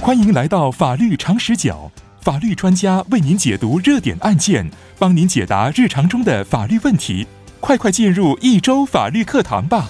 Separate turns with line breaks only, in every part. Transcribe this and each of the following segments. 欢迎来到法律常识角，法律专家为您解读热点案件，帮您解答日常中的法律问题。快快进入一周法律课堂吧！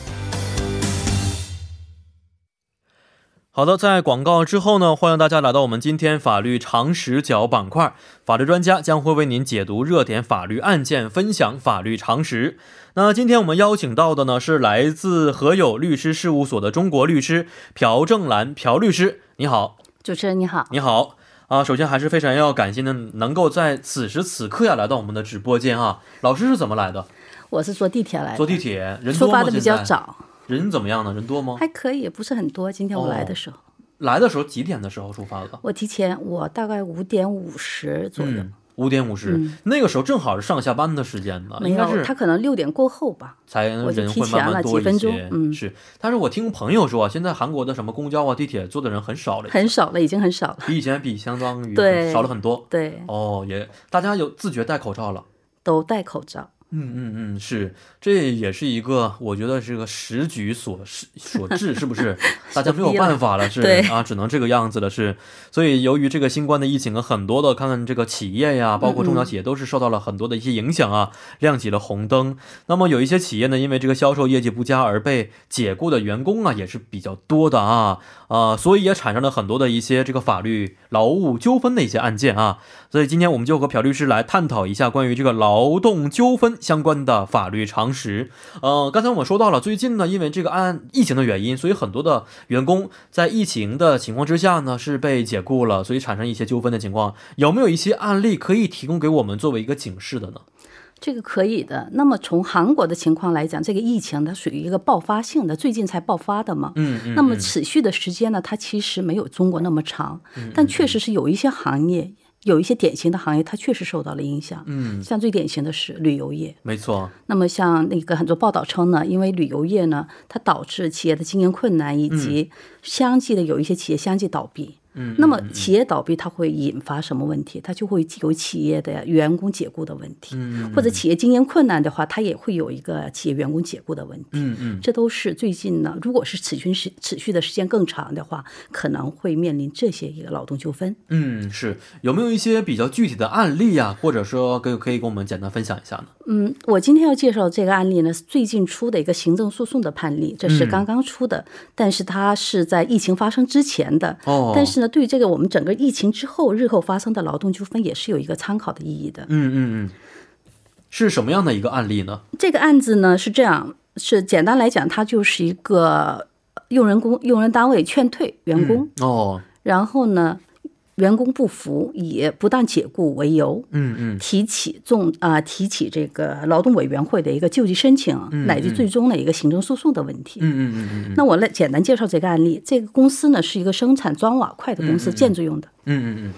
好的，在广告之后呢，欢迎大家来到我们今天法律常识角板块，法律专家将会为您解读热点法律案件，分享法律常识。那今天我们邀请到的呢是来自和友律师事务所的中国律师朴正兰朴律师，你好，
主持人你好，
你好啊！首先还是非常要感谢呢，能够在此时此刻呀来到我们的直播间啊。老师是怎么来的？
我是坐地铁来的，
坐地铁，人
出
多
发
吗？
的比
现
较
在哦
早，
人怎么样呢？人多吗？
还可以，不是很多。今天我来的时候，
来的时候几点的时候出发的？
我提前我大概五点五十左右，
嗯，五点五十、那个时候正好是上下班的时间吧，啊
没
应该
有，
是
他可能六点过后吧。
才
我就
人
提
会慢
前
慢
了
多
几
一
分钟
些。
嗯
是，但是我听朋友说啊，现在韩国的什么公交啊、地铁坐的人很少了，
很少了，已经很少了。
比以前比相当于
对
少了很多。
对，
哦，也大家有自觉戴口罩了。
都戴口罩。
嗯嗯嗯，是，这也是一个，我觉得是个时局所是所致，是不 是？大家没有办法了，是
对
啊，只能这个样子了，是。所以由于这个新冠的疫情啊，很多的看看这个企业呀，包括中小企业都是受到了很多的一些影响啊，亮起了红灯。那么有一些企业呢，因为这个销售业绩不佳而被解雇的员工啊，也是比较多的啊，啊，所以也产生了很多的一些这个法律劳务纠纷的一些案件啊。所以今天我们就和朴律师来探讨一下关于这个劳动纠纷相关的法律常识。呃，刚才我们说到了，最近呢，因为这个按疫情的原因，所以很多的员工在疫情的情况之下呢是被解雇了，所以产生一些纠纷的情况。有没有一些案例可以提供给我们作为一个警示的呢？
这个可以的。那么从韩国的情况来讲，这个疫情它属于一个爆发性的，最近才爆发的嘛。
嗯嗯
那么持续的时间呢，它其实没有中国那么长，
嗯
但确实是有一些行业，有一些典型的行业，它确实受到了影响。
嗯，
像最典型的是旅游业。
没错，
那么像那个很多报道称呢，因为旅游业呢，它导致企业的经营困难，以及相继的有一些企业相继倒闭。
嗯，
那么企业倒闭，它会引发什么问题？它就会有企业的员工解雇的问
嗯
题，或者企业经营困难的话，它也会有一个企业员工解雇的问题。
嗯嗯，
这都是最近呢，如果是持续时持续的时间更长的话，可能会面临这些一个劳动纠纷。
嗯，是有没有一些比较具体的案例呀、或者说可以可以给我们简单分享一下呢？
嗯，我今天要介绍这个案例呢，是最近出的一个行政诉讼的判例，这是刚刚出的，但是它是在疫情发生之前的。
哦，
但是呢，对于这个我们整个疫情之后日后发生的劳动纠纷也是有一个参考的意义的。
嗯嗯嗯，是什么样的一个案例呢？
这个案子呢是这样，是简单来讲，它就是一个用人工用人单位劝退员工，
哦，
然后呢，员工不服，以不当解雇为由，
嗯嗯
提起重啊、提起这个劳动委员会的一个救济申请，乃至最终的一个行政诉讼的问题。
嗯嗯嗯嗯
那我来简单介绍这个案例。这个公司呢是一个生产砖瓦块的公
嗯
司，建筑用的。
嗯嗯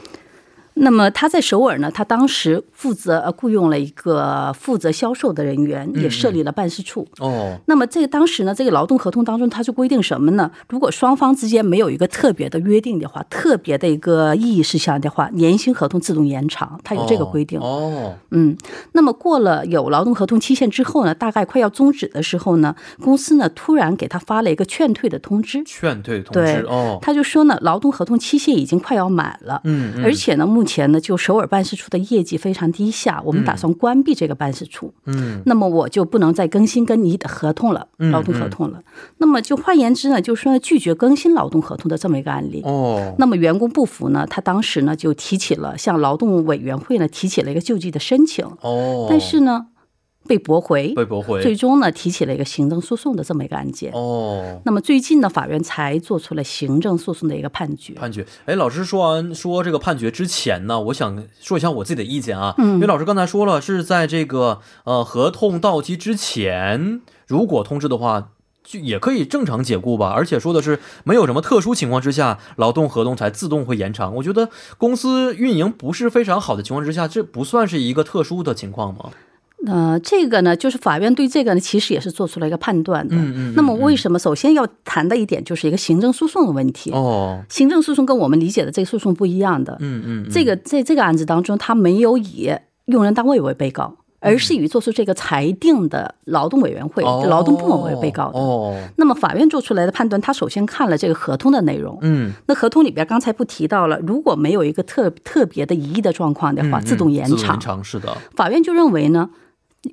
那么他在首尔呢，他当时负责呃雇佣了一个负责销售的人员，也设立了办事处。
嗯，哦，
那么这个当时呢，这个劳动合同当中，它是规定什么呢？如果双方之间没有一个特别的约定的话，特别的一个异议事项的话，年薪合同自动延长，它有这个规定。
哦，
嗯，那么过了有劳动合同期限之后呢，大概快要终止的时候呢，公司呢突然给他发了一个劝退的通知，
劝退通
对
知，哦，
他就说呢，劳动合同期限已经快要满了。
嗯嗯
而且呢，目前呢，就首尔办事处的业绩非常低下，我们打算关闭这个办事处。
嗯，
那么我就不能再更新跟你的合同了，劳动合同了。那么就换言之呢，就是说拒绝更新劳动合同的这么一个案例。
哦，
那么员工不服呢，他当时呢就提起了向劳动委员会呢提起了一个救济的申请，
哦，
但是呢被驳回，
被驳
最
回，
终呢提起了一个行政诉讼的这么一个案件。
哦。
那么最近呢，法院才做出了行政诉讼的一个判决。
判决，哎，老师说完说这个判决之前呢，我想说一下我自己的意见啊，
嗯
因为老师刚才说了是在这个呃合同到期之前，如果通知的话，就也可以正常解雇吧，而且说的是没有什么特殊情况之下，劳动合同才自动会延长。我觉得公司运营不是非常好的情况之下，这不算是一个特殊的情况吗？
呃，这个呢，就是法院对这个呢，其实也是做出了一个判断的。嗯嗯那么为什么首先要谈的一点就是一个行政诉讼的问题？
哦，
行政诉讼跟我们理解的这个诉讼不一样的。
嗯嗯，
这个在这个案子当中，他没有以用人单位为被告，而是与做出这个裁定的劳动委员会、劳动部门为被告的。
哦，
那么法院做出来的判断，他首先看了这个合同的内容。
嗯，
那合同里边刚才不提到了，如果没有一个特特别的疑义的状况的话，
嗯
自动延
自动
长
延。长是的，
法院就认为呢，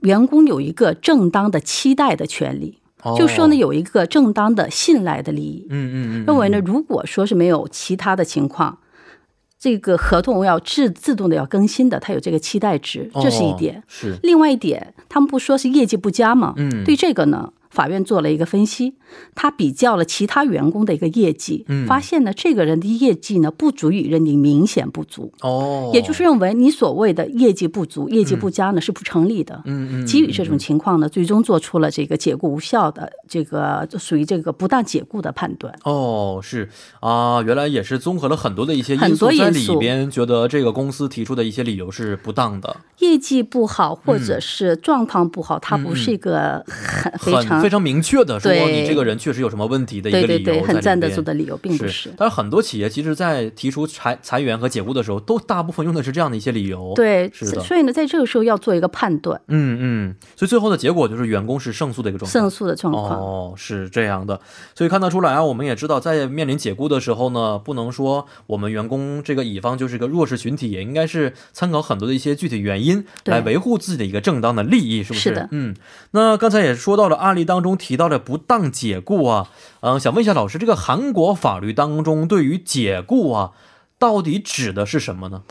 员工有一个正当的期待的权利，
哦
就说呢，有一个正当的信赖的利益。
嗯嗯嗯，
认为呢，如果说是没有其他的情况，这个合同要自自动的要更新的，它有这个期待值，
哦
这是一点。
是，
另外一点，他们不说是业绩不佳吗？
嗯，
对这个呢，法院做了一个分析，他比较了其他员工的一个业绩，
嗯
发现呢这个人的业绩呢不足以认定明显不足，
哦，嗯
也就是认为你所谓的业绩不足、业绩不佳呢是不成立的。
嗯嗯，
基于这种情况呢，最终做出了这个解雇无效的这个就属于这个不当解雇的判断。
哦，是啊，原来也是综合了很多的一些因
很
素
多
在
因
里
素
边，觉得这个公司提出的一些理由是不当的，
业绩不
嗯
好或者是状况不好，它不是一个很非
很
常
非常明确的说
对
你这个人确实有什么问题的一个
对
理由
对对很
在
站
里
得
边。
住的理由，并不
是
是，。
但是很多企业其实，在提出裁裁员和解雇的时候，都大部分用的是这样的一些理由。，
对，
是的
所以呢，在这个时候要做一个判断，
嗯嗯，所以最后的结果就是员工是胜诉的一个状态。
胜诉的状况。
哦，是这样的，所以看得出来啊，我们也知道，在面临解雇的时候呢，不能说我们员工这个乙方就是个弱势群体，也应该是参考很多的一些具体原因
对
来维护自己的一个正当的利益，是不是？
是的
嗯，那刚才也说到了案例当中提到的不当解雇啊，嗯、想问一下老师，这个韩国法律当中对于解雇啊，到底指的是什么呢？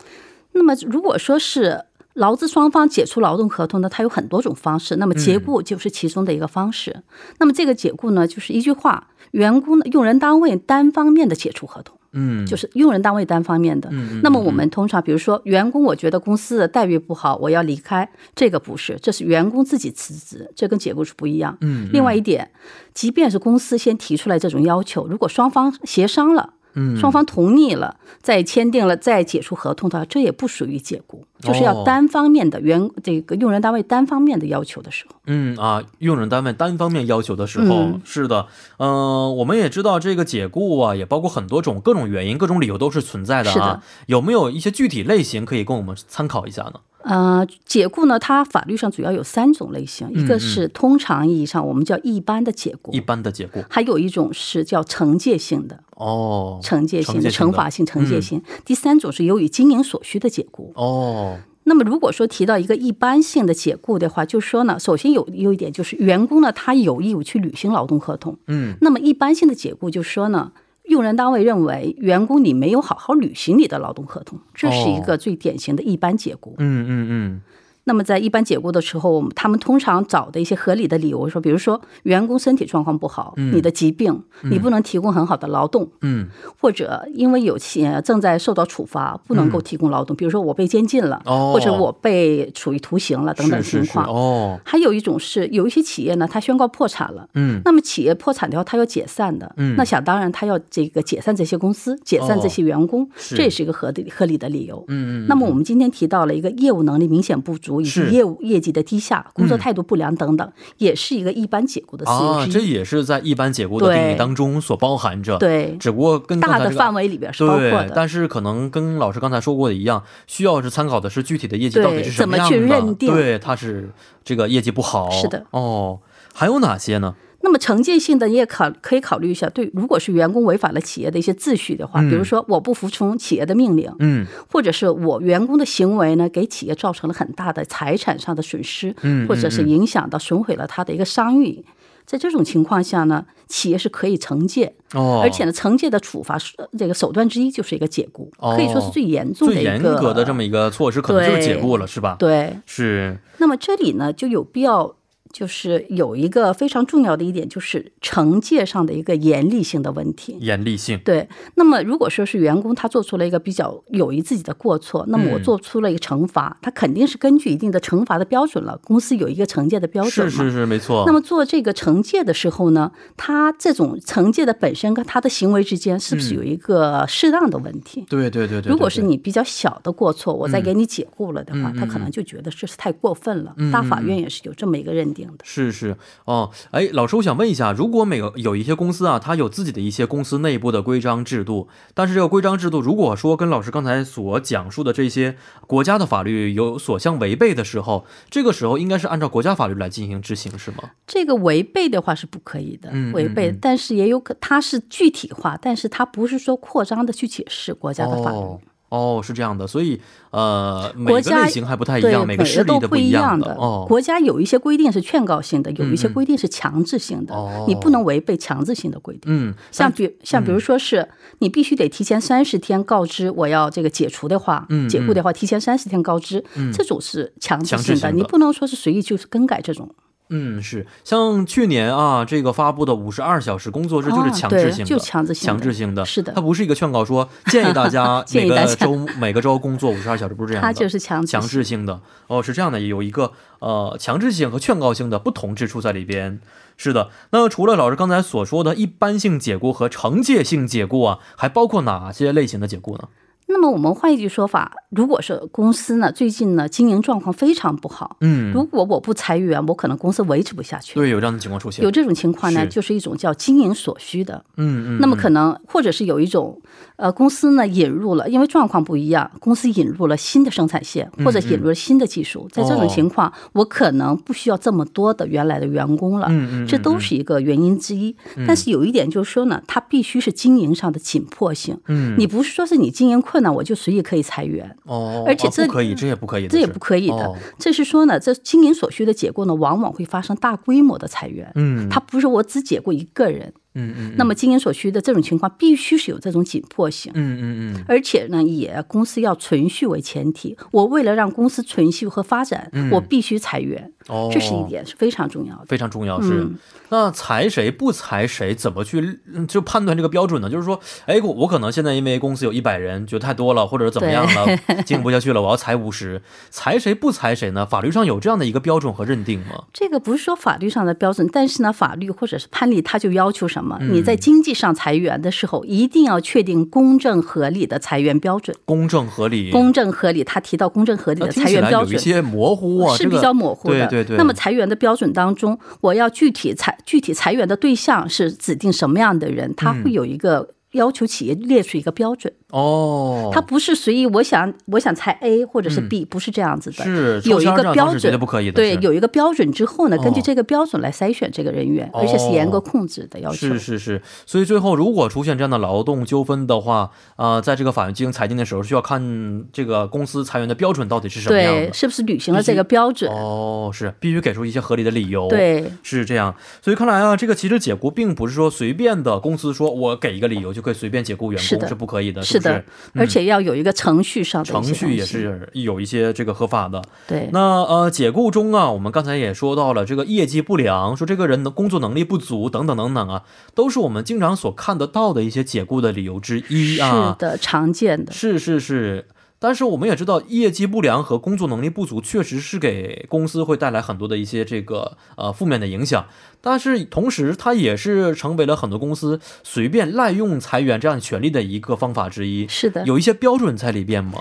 那么如果说是劳资双方解除劳动合同呢，它有很多种方式，那么解雇就是其中的一个方式。那么这个解雇呢，就是一句话，员工用人单位单方面的解除合同。
嗯，
就是用人单位单方面的。那么我们通常，比如说员工，我觉得公司的待遇不好，我要离开，这个不是，这是员工自己辞职，这跟解雇是不一样。
嗯，
另外一点，即便是公司先提出来这种要求，如果双方协商了。
嗯
双方同意了，再签订了，再解除合同的话，这也不属于解雇，就是要
哦
单方面的员这个用人单位单方面的要求的时候，
嗯啊，用人单位单方面要求的时候，
嗯
是的，嗯、我们也知道这个解雇啊，也包括很多种各种原因、各种理由都是存在的啊。
是的
有没有一些具体类型可以供我们参考一下呢？
呃，解雇呢，它法律上主要有三种类型，
嗯
一个是通常意义上我们叫一般的解雇，
一般的解雇
还有一种是叫惩戒性的、
哦，
惩戒性
惩戒
的、嗯
性的
惩罚性、惩戒性。第三种是由于经营所需的解雇。
哦，
那么，如果说提到一个一般性的解雇的话，就说呢，首先有有一点就是员工呢，他有义务去履行劳动合同。
嗯，
那么一般性的解雇就说呢。用人单位认为员工你没有好好履行你的劳动合同，这是一
哦
个最典型的一般解雇。
嗯嗯
那么在一般解雇的时候，我们他们通常找的一些合理的理由说，比如说员工身体状况不好，你的疾病，你不能提供很好的劳动，
嗯嗯，
或者因为有企业正在受到处罚，不能够提供劳动，比如说我被监禁了，
嗯哦
或者我被处以徒刑了等等
是
情
是是
况。
哦，
还有一种是有一些企业呢，它宣告破产了。
嗯
那么企业破产的话，它要解散的，
嗯哦
那想当然，它要这个解散这些公司，解散这些员工，
是
这也是一个合理合理的理由。
嗯嗯，
那么我们今天提到了一个业务能力明显不足，以
是嗯
及业务业绩的低下、工作态度不良等等，也是一个一般解雇的事
啊，
由之
这
一。
也是在一般解雇的
对
定义当中所包含着，，
对，
只不过跟刚
大
才
的
这个
范围里边是包括
对，
的。
但是可能跟老师刚才说过的一样，需要是参考的是具体的业绩
对
到底是什样的，
怎么去认定
对，他是这个业绩不好，
是的，
哦，还有哪些呢？
那么惩戒性的你也考可以考虑一下，对，如果是员工违反了企业的一些秩序的话，比如说我不服从企业的命令，
嗯，
或者是我员工的行为呢给企业造成了很大的财产上的损失，
嗯
或者是影响到损毁了他的一个商誉，在这种情况下呢，企业是可以惩戒，
哦，
而且呢，惩戒的处罚是呃这个手段之一就是一个解雇，
哦
可以说是最严重的
最
一个
严格的这么一个措施，可能就是解雇了，是吧？，
对。
是，
那么这里呢，就有必要。就是有一个非常重要的一点，就是惩戒上的一个严厉性的问题。
严厉性，
对，那么如果说是员工他做出了一个比较有于自己的过错，那么我
嗯
做出了一个惩罚，他肯定是根据一定的惩罚的标准了。公司有一个惩戒的标准
是
嘛？
是是，没错。
那么做这个惩戒的时候呢，他这种惩戒的本身跟他的行为之间是不
嗯
是有一个适当的问题？
对对对对，
如果是
对，嗯
你比较小的
嗯
过错，我再给你解雇了的话，他可能就觉得这是太过分了。大法院也是有这么一个认定的。
是是哦，哎，老师，我想问一下，如果每个有一些公司啊，它有自己的一些公司内部的规章制度，但是这个规章制度如果说跟老师刚才所讲述的这些国家的法律有所相违背的时候，这个时候应该是按照国家法律来进行执行，是吗？
这个违背的话是不可以的
嗯嗯，
违背，
嗯
但是也有可它是具体化，但是它不是说扩张的去解释国家的法律。
哦哦，是这样的，所以呃，每
国
个
家
类型还不太一
对，
样，
每
个
个
势力
都
的
不
一
一样
的哦。嗯
国家有一些规定是劝告性的，有一些规定是强制性的，
哦
你不能违背强制性的规定。
嗯，
像比像比如说是、你必须得提前三十天告知我要这个解除的话，
嗯
解雇的话提前三十天告知，
嗯
这种是强制
强制
性的，
性的
你不能说是随意就是更改这种，
嗯，是像去年啊，这个发布的五十二小时工作制就是
啊
强
对
制性的，
就是强制性的
强制性的，
是的
它不是一个劝告 说建议大家
建
每
议大
个
家
周每个周工作五十二小时，不是这样的，
它就是强制
强制性的哦，是这样的，有一个呃强制性和劝告性的不同之处在里边。是的，那除了老师刚才所说的一般性解雇和惩戒性解雇啊，还包括哪些类型的解雇呢？
那么我们换一句说法，如果是公司呢最近呢经营状况非常不好，
嗯，
如果我不裁员，我可能公司维持不下去。
对，有这样的情况出现。
有这种情况呢，
是
就是一种叫经营所需的。
嗯嗯，
那么可能或者是有一种，呃，公司呢引入了，因为状况不一样，公司引入了新的生产线，
嗯
或者引入了新的技术，在这
哦
种情况，我可能不需要这么多的原来的员工了。
嗯嗯，嗯
这都是一个原因之一，但是有一点就是说呢，它必须是经营上的紧迫性。
嗯
你不是说是你经营困难，我就随意可以裁员，
哦，
而且
啊
这
不可以，这也不可以的是，
这也不可以的
哦。
这是说呢，这经营所需的解雇呢，往往会发生大规模的裁员。
嗯，
它不是我只解雇一个人，
嗯嗯，
那么经营所需的这种情况必须是有这种紧迫性，
嗯嗯嗯，
而且呢，也公司要存续为前提。我为了让公司存续和发展，我必须裁员，
嗯哦，
这是一点是非常重要的。
非常重要。是，
嗯
那裁谁不裁谁，怎么去嗯就判断这个标准呢？就是说，哎，我我可能现在因为公司有一百人，觉得太多了，或者是怎么样了，经营不下去了，我要裁五十，裁谁不裁谁呢？法律上有这样的一个标准和认定吗？
这个不是说法律上的标准，但是呢，法律或者是判例，它就要求什
嗯
么？你在经济上裁员的时候，一定要确定公正合理的裁员标准。
公正合理，
公正合理，它提到公正合理
那
的
啊听
裁
起
员
来
标
有一
准。
些模糊啊，
是
这个
比较模糊的。
对对对。
那么裁员的标准当中，我要具体裁具体裁员的对象是指定什么样的人，他
嗯
会有一个。要求企业列出一个标准，
哦，嗯
它不是随意我想我想裁 A 或者是 B，、不是这样子的，
是
有一
抽签儿这
个
样
标
当时
准，
绝对不可以的
对
是，
有一个标准之后呢，根据
哦
这个标准来筛选这个人员，而且是严格控制的要求。
是是是，所以最后如果出现这样的劳动纠纷的话，啊，在这个法院进行裁定的时候，需要看这个公司裁员的标准到底是什么样
对
的，。
是不是履行了这个标准？
哦，是必须给出一些合理的理由。。
对，
是这样，所以看来啊，这个其实解雇并不是说随便的公司说我给一个理由就可以随便解雇员工，
是的
不可以的，
是
是不
的，而且要有一个程序上的一些
嗯程序也
东西
是有一些这个合法的。
对。
那呃，解雇中啊，我们刚才也说到了这个业绩不良，说这个人的工作能力不足等等等等啊，都是我们经常所看得到的一些解雇的理由之一
是
啊。
的，常见的。
是是是，但是我们也知道，业绩不良和工作能力不足确实是给公司会带来很多的一些这个呃负面的影响，但是同时它也是成为了很多公司随便滥用裁员这样权利的一个方法之一。
是的，
有一些标准在里边吗？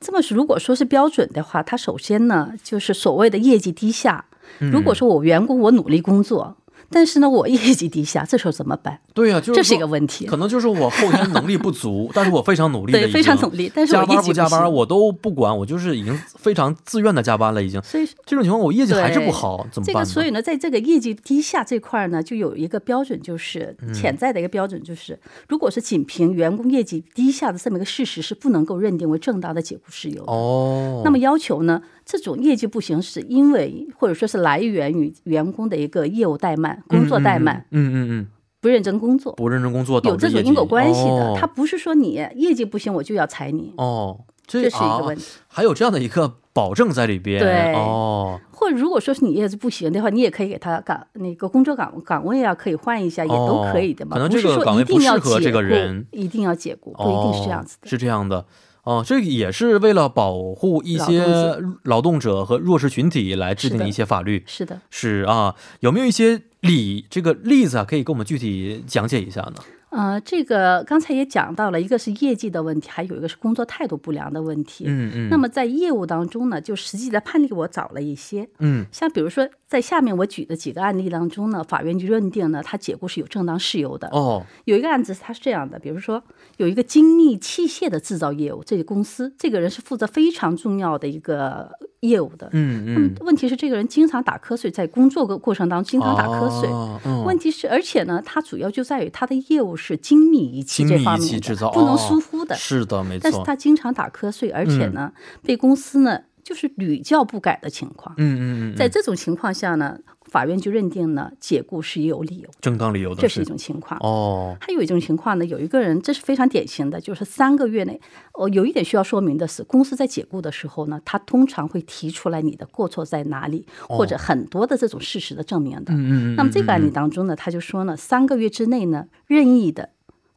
这么说如果说是标准的话，它首先呢就是所谓的业绩低下。如
嗯
果说我员工我努力工作，但是呢我业绩低下，这时候怎么办？
对呀、就是
这是
说
一个问题
可。能就是我后天能力不 足，但是我非常努力了，
对，非常努。力，但是我
加
业绩
班
不
不加班，
行
我都不管，我就是已经非常自愿的加班了，已经。
所以
这种情况，我业绩还是
对
不好，怎么
这
办呢？
个所以呢，在这个业绩低下这块儿呢，就有一个标准，就是
嗯
潜在的一个标准，就是如果是仅凭员工业绩低下的这么一个事实，是不能够认定为正当的解雇事由的。
哦，
那么要求呢，这种业绩不行是因为或者说是来源于员工的一个业务怠慢、工作怠慢、
嗯嗯嗯，
不认真工作，
不认真工作导
有
致
这种
业绩
因果关系的。
哦、
他不是说你业绩不行我就要裁你，
哦，这
这是一个问
啊，
题。
还有这样的一个保证在里边。
对
哦，
或者如果说是你业绩不行的话，你也可以给他岗那个工作岗岗位啊，可以换一下，也都可以的
哦
嘛。
可能
不
这
是
个
说
岗位
一定要
不适合
解
这个
雇
人
一定要解雇，不
哦
一定是这样子的。
是这样的。哦，这也是为了保护一些
劳
劳动者和弱势群体来制
是
定
的
一些法律。
是的，
是啊，有没有一些例这个例子啊，可以给我们具体讲解一下呢？
呃，这个刚才也讲到了，一个是业绩的问题，还有一个是工作态度不良的问题。
嗯嗯。
那么在业务当中呢，就实际的判例我找了一些，
嗯
像比如说在下面我举的几个案例当中呢，法院就认定呢，他解雇是有正当事由的。
哦
有一个案子它是这样的，比如说有一个精密器械的制造业务，这个公司这个人是负责非常重要的一个业务的。
嗯
那么
嗯，
问题是，这个人经常打瞌睡，在工作过过程当中经常打瞌睡。
哦嗯、
问题是，而且呢，它主要就在于它的业务是精密仪器
精密
这方
仪器
面
制
的，
造
不能
哦
疏忽的。
是的，没
但是
错。嗯
他经常打瞌睡，而且呢，被公司呢就是屡教不改的情况。
嗯嗯嗯，
在
嗯
这种情况下呢，法院就认定呢解雇是有理由，
正当理由的
这
哦是
是一种情况。
哦，
还有一种情况呢，有一个人，这是非常典型的，就是三个月内，哦，有一点需要说明的是，公司在解雇的时候呢，他通常会提出来你的过错在哪里，或者很多的这种事实的证明的。
哦嗯嗯嗯，
那么这个案
嗯
例当中呢，他就说呢，三个月之内呢，任意的，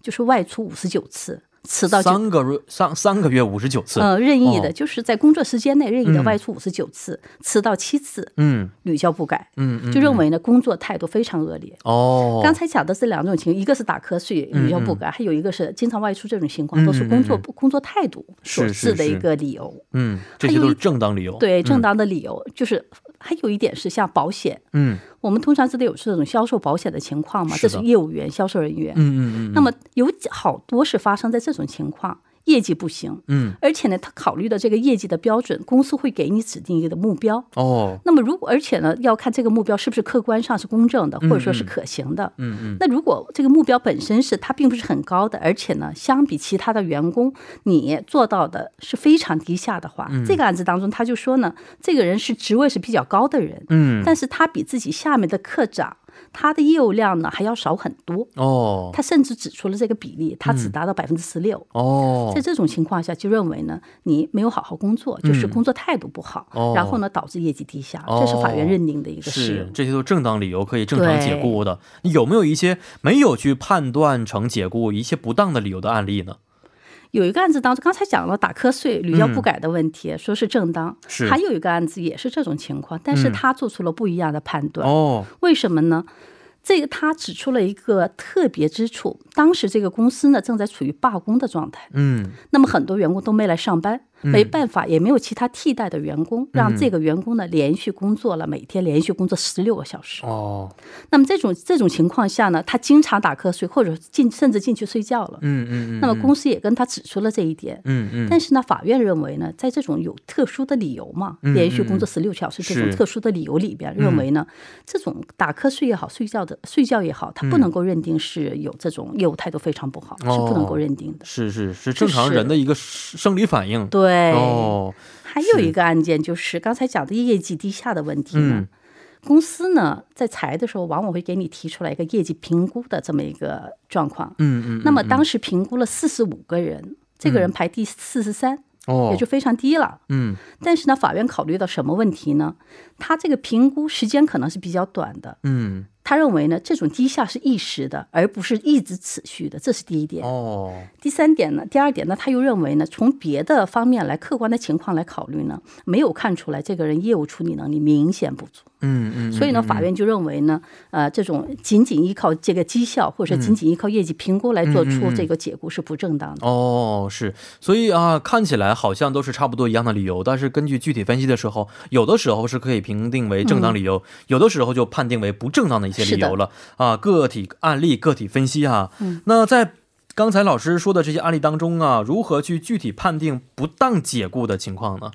就是外出五十九次，迟到就
三个月三三个月五十九次，
呃任意的，
哦
就是在工作时间内任意的
嗯
外出五十九次，迟到七次，
嗯
屡教不改，
嗯嗯，
就认
嗯
为呢工作态度非常恶劣。
哦，
刚才讲的这两种情况，一个是打瞌睡
嗯
屡教不改，还有一个是经常外出这种情况，都是工
嗯
作
嗯嗯
不工作态度所
是是
致的一
是
个理由。
嗯，这些
还有
都
一
是正当理由，
对，正
嗯
当的理由就是还有一点是像保险，
嗯
我们通常知道有这种销售保险的情况嘛，
是
这
的
是业务员、销售人员。
嗯嗯嗯，
那么有好多是发生在这种情况，业绩不行，
嗯
而且呢，他考虑的这个业绩的标准，公司会给你指定一个目标。
哦，
那么如果而且呢，要看这个目标是不是客观上是公正的，或者说是
嗯
可行的。
嗯嗯
那如果这个目标本身是它并不是很高的，而且呢，相比其他的员工，你做到的是非常低下的话，
嗯
这个案子当中他就说呢，这个人是职位是比较高的人，
嗯，
但是他比自己下面的科长，他的业务量呢还要少很多。
哦
他甚至指出了这个比例，他只达到百分之十六。
嗯哦嗯
在，这种情况下，就认为呢，你没有好好工作，就是工作态度不好，
哦
然后呢导致业绩低下，
哦
这是法院认定的一个事由
是。这些都是正当理由可以正常解雇的，有没有一些没有去判断成解雇一些不当的理由的案例呢？
有一个案子当中，刚才讲了打瞌睡、屡教不改的问题，说是正当。
嗯是
还有一个案子也是这种情况，但是
嗯
他做出了不一样的判断。
哦，
为什么呢？这个他指出了一个特别之处，当时这个公司呢正在处于罢工的状态，
嗯
那么很多员工都没来上班，没办法，也没有其他替代的员工，
嗯
让这个员工呢连续工作了，每天连续工作十六个小时。
哦，
那么这种这种情况下呢，他经常打瞌睡，或者进甚至进去睡觉了。
嗯嗯嗯，
那么公司也跟他指出了这一点。
嗯嗯，
但是呢，法院认为呢，在这种有特殊的理由嘛，
嗯
连续工作十六小时这种
是嗯
特殊的理由里边，认为呢，这种打瞌睡也好，睡觉的睡觉也好，他
嗯
不能够认定是有这种业务态度非常不好，是不
哦
能够认定的。
是是是正常人的一个生生理反应。
对，
哦，
还有一个案件就是刚才讲的业绩低下的问题呢。
嗯
公司呢，在裁的时候，往往会给你提出来一个业绩评估的这么一个状况。
嗯嗯，
那么当时评估了四十五个人，这个人排第四十三，
哦，
也就非常低了。
嗯
但是呢，法院考虑到什么问题呢？他这个评估时间可能是比较短的。
嗯
他认为呢，这种低下是一时的，而不是一直持续的，这是第一点。
哦，
第三点呢，第二点呢，他又认为呢，从别的方面来客观的情况来考虑呢，没有看出来这个人业务处理能力明显不足，
嗯嗯，
所以呢，法院就认为呢，呃，这种仅仅依靠这个绩效或
嗯
者仅仅依靠业绩评估来做出这个解雇是不正当的。
哦，是，所以啊，看起来好像都是差不多一样的理由，但是根据具体分析的时候，有的时候是可以评定为正当理由，有的时候就判定为不正嗯当的一些理由了啊。个体案例个体分析啊，那在刚才老师说的这些案例当中啊，如何去具体判定不当解雇的情况呢？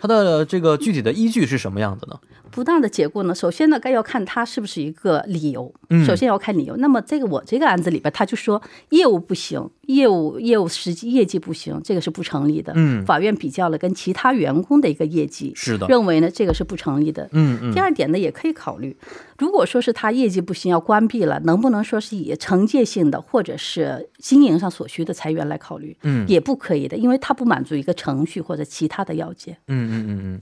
它的这个具体的依据是什么样的呢？
不当的解雇呢，首先呢，该要看它是不是一个理由，
嗯
首先要看理由。那么这个我这个案子里边，他就说业务不行，业务业务实际业绩不行，这个是不成立的。
嗯
法院比较了跟其他员工的一个业绩，
是的，
认为呢这个是不成立的。
嗯嗯，
第二点呢，也可以考虑，如果说是他业绩不行要关闭了，能不能说是以惩戒性的或者是经营上所需的裁员来考虑？
嗯
也不可以的，因为它不满足一个程序或者其他的要件。
嗯嗯嗯嗯，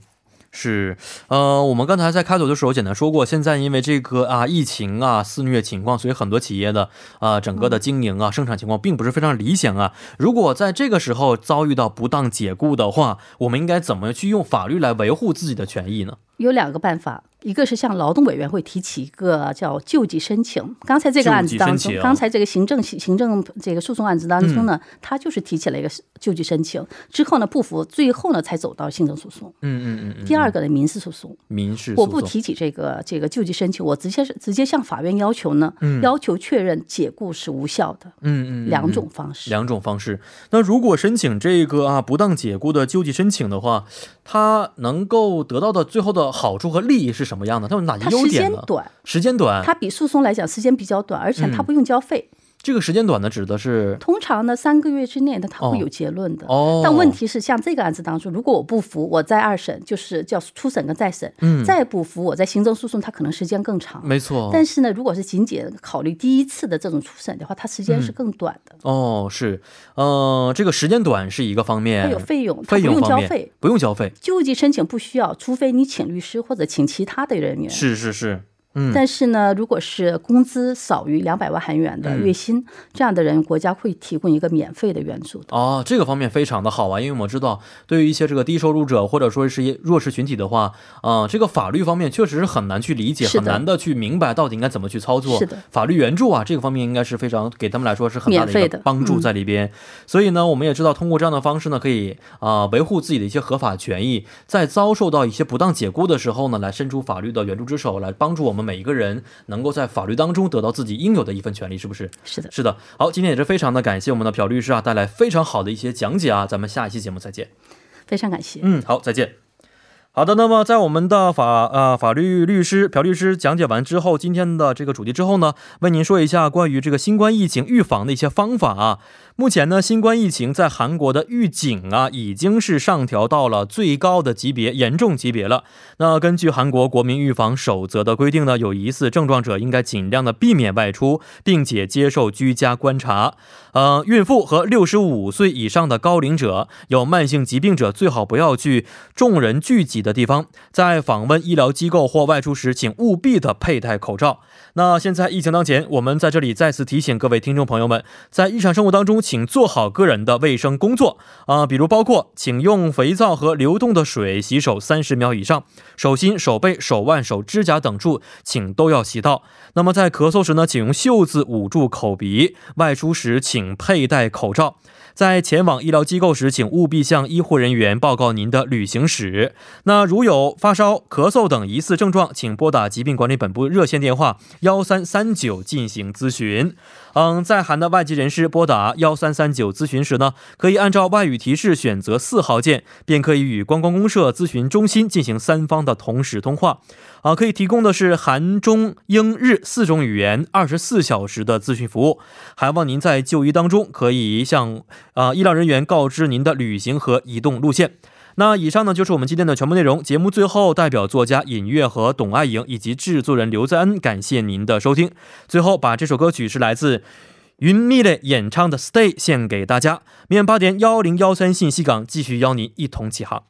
是，呃，我们刚才在开头的时候简单说过，现在因为这个啊疫情啊肆虐情况，所以很多企业的啊整
嗯
个的经营啊生产情况并不是非常理想啊。如果在这个时候遭遇到不当解雇的话，我们应该怎么去用法律来维护自己的权益呢？
有两个办法，一个是向劳动委员会提起一个叫救济申请。刚才这个案子当
救济申
中，
请
刚才这个行政行政这个诉讼案子当中呢，他就是提起了一个救济申请，之后呢不服，最后呢才走到行政诉讼。
嗯嗯嗯嗯，
第二个呢，民事诉讼。
民事
我
诉
不
讼
提起这个这个救济申请，我直接是直接向法院要求呢，要求确认解雇是无效的，
嗯嗯嗯嗯
两种方式。
两种方式。那如果申请这个啊不当解雇的救济申请的话，它能够得到的最后的好处和利益是什么样的？它有哪
它
些优
时
点
间
呢？啊
短，
时间短，
它比诉讼来讲时间比较短，而
嗯
且它不用交费。
这个时间短呢指的是
通常呢，三个月之内呢，它
哦
会有结论的。
哦，
但问题是，像这个案子当中，如果我不服，我在二审就是叫初审跟再审，
嗯哦
再不服，我在行政诉讼，它可能时间更长。
没错，
但是呢，如果是仅仅考虑第一次的这种初审的话，它时间
嗯
是更短的，
哦是，呃，这个时间短是一个方面，
它有费用，它
哎费
不
用
用
方
交
面
费。
不用交费，
救济申请不需要，除非你请律师或者请其他的人员。
是是是，嗯，
但是呢，如果是工资少于两百万韩元的月薪，这样的人国家会提供一个免费的援助的。
哦，这个方面非常的好啊，因为我们知道，对于一些这个低收入者或者说是一些弱势群体的话，啊、这个法律方面确实是很难去理解，
是的
很难的去明白到底应该怎么去操作。
是的，
法律援助啊，这个方面应该是非常给他们来说是很大的一
免费
个
的嗯
帮助在里边。所以呢，我们也知道，通过这样的方式呢，可以啊、维护自己的一些合法权益，在遭受到一些不当解雇的时候呢，来伸出法律的援助之手，来帮助我们每一个人能够在法律当中得到自己应有的一份权利，是不是？
是的，
是的，好，今天也是非常的感谢我们的朴律师啊，带来非常好的一些讲解啊，咱们下一期节目再见。
非常感谢。
嗯，好，再见。好的，那么在我们的法啊、法律律师朴律师讲解完之后，今天的这个主题之后呢，为您说一下关于这个新冠疫情预防的一些方法啊。目前呢，新冠疫情在韩国的预警啊，已经是上调到了最高的级别，严重级别了。那根据韩国国民预防守则的规定呢，有疑似症状者应该尽量的避免外出，并且接受居家观察。呃，孕妇和六十五岁以上的高龄者，有慢性疾病者，最好不要去众人聚集的地方。在访问医疗机构或外出时，请务必的佩戴口罩。那现在疫情当前，我们在这里再次提醒各位听众朋友们，在日常生活当中，请做好个人的卫生工作啊、比如包括请用肥皂和流动的水洗手三十秒以上，手心、手背、手腕、手指甲等处，请都要洗到。那么在咳嗽时呢，请用袖子捂住口鼻；外出时请佩戴口罩。在前往医疗机构时，请务必向医护人员报告您的旅行史。那如有发烧、咳嗽等疑似症状，请拨打疾病管理本部热线电话幺三三九进行咨询。嗯，在韩的外籍人士拨打幺三三九咨询时呢，可以按照外语提示选择四号键，便可以与观光公社咨询中心进行三方的同时通话。啊，可以提供的是韩、中、英、日四种语言，二十四小时的咨询服务。还望您在就医当中可以向啊医疗人员告知您的旅行和移动路线。那以上呢就是我们今天的全部内容。节目最后，代表作家尹月和董爱颖以及制作人刘在恩，感谢您的收听。最后，把这首歌曲是来自云密的演唱的《Stay》献给大家。明晚八点幺零幺三信息港继续邀您一同起航。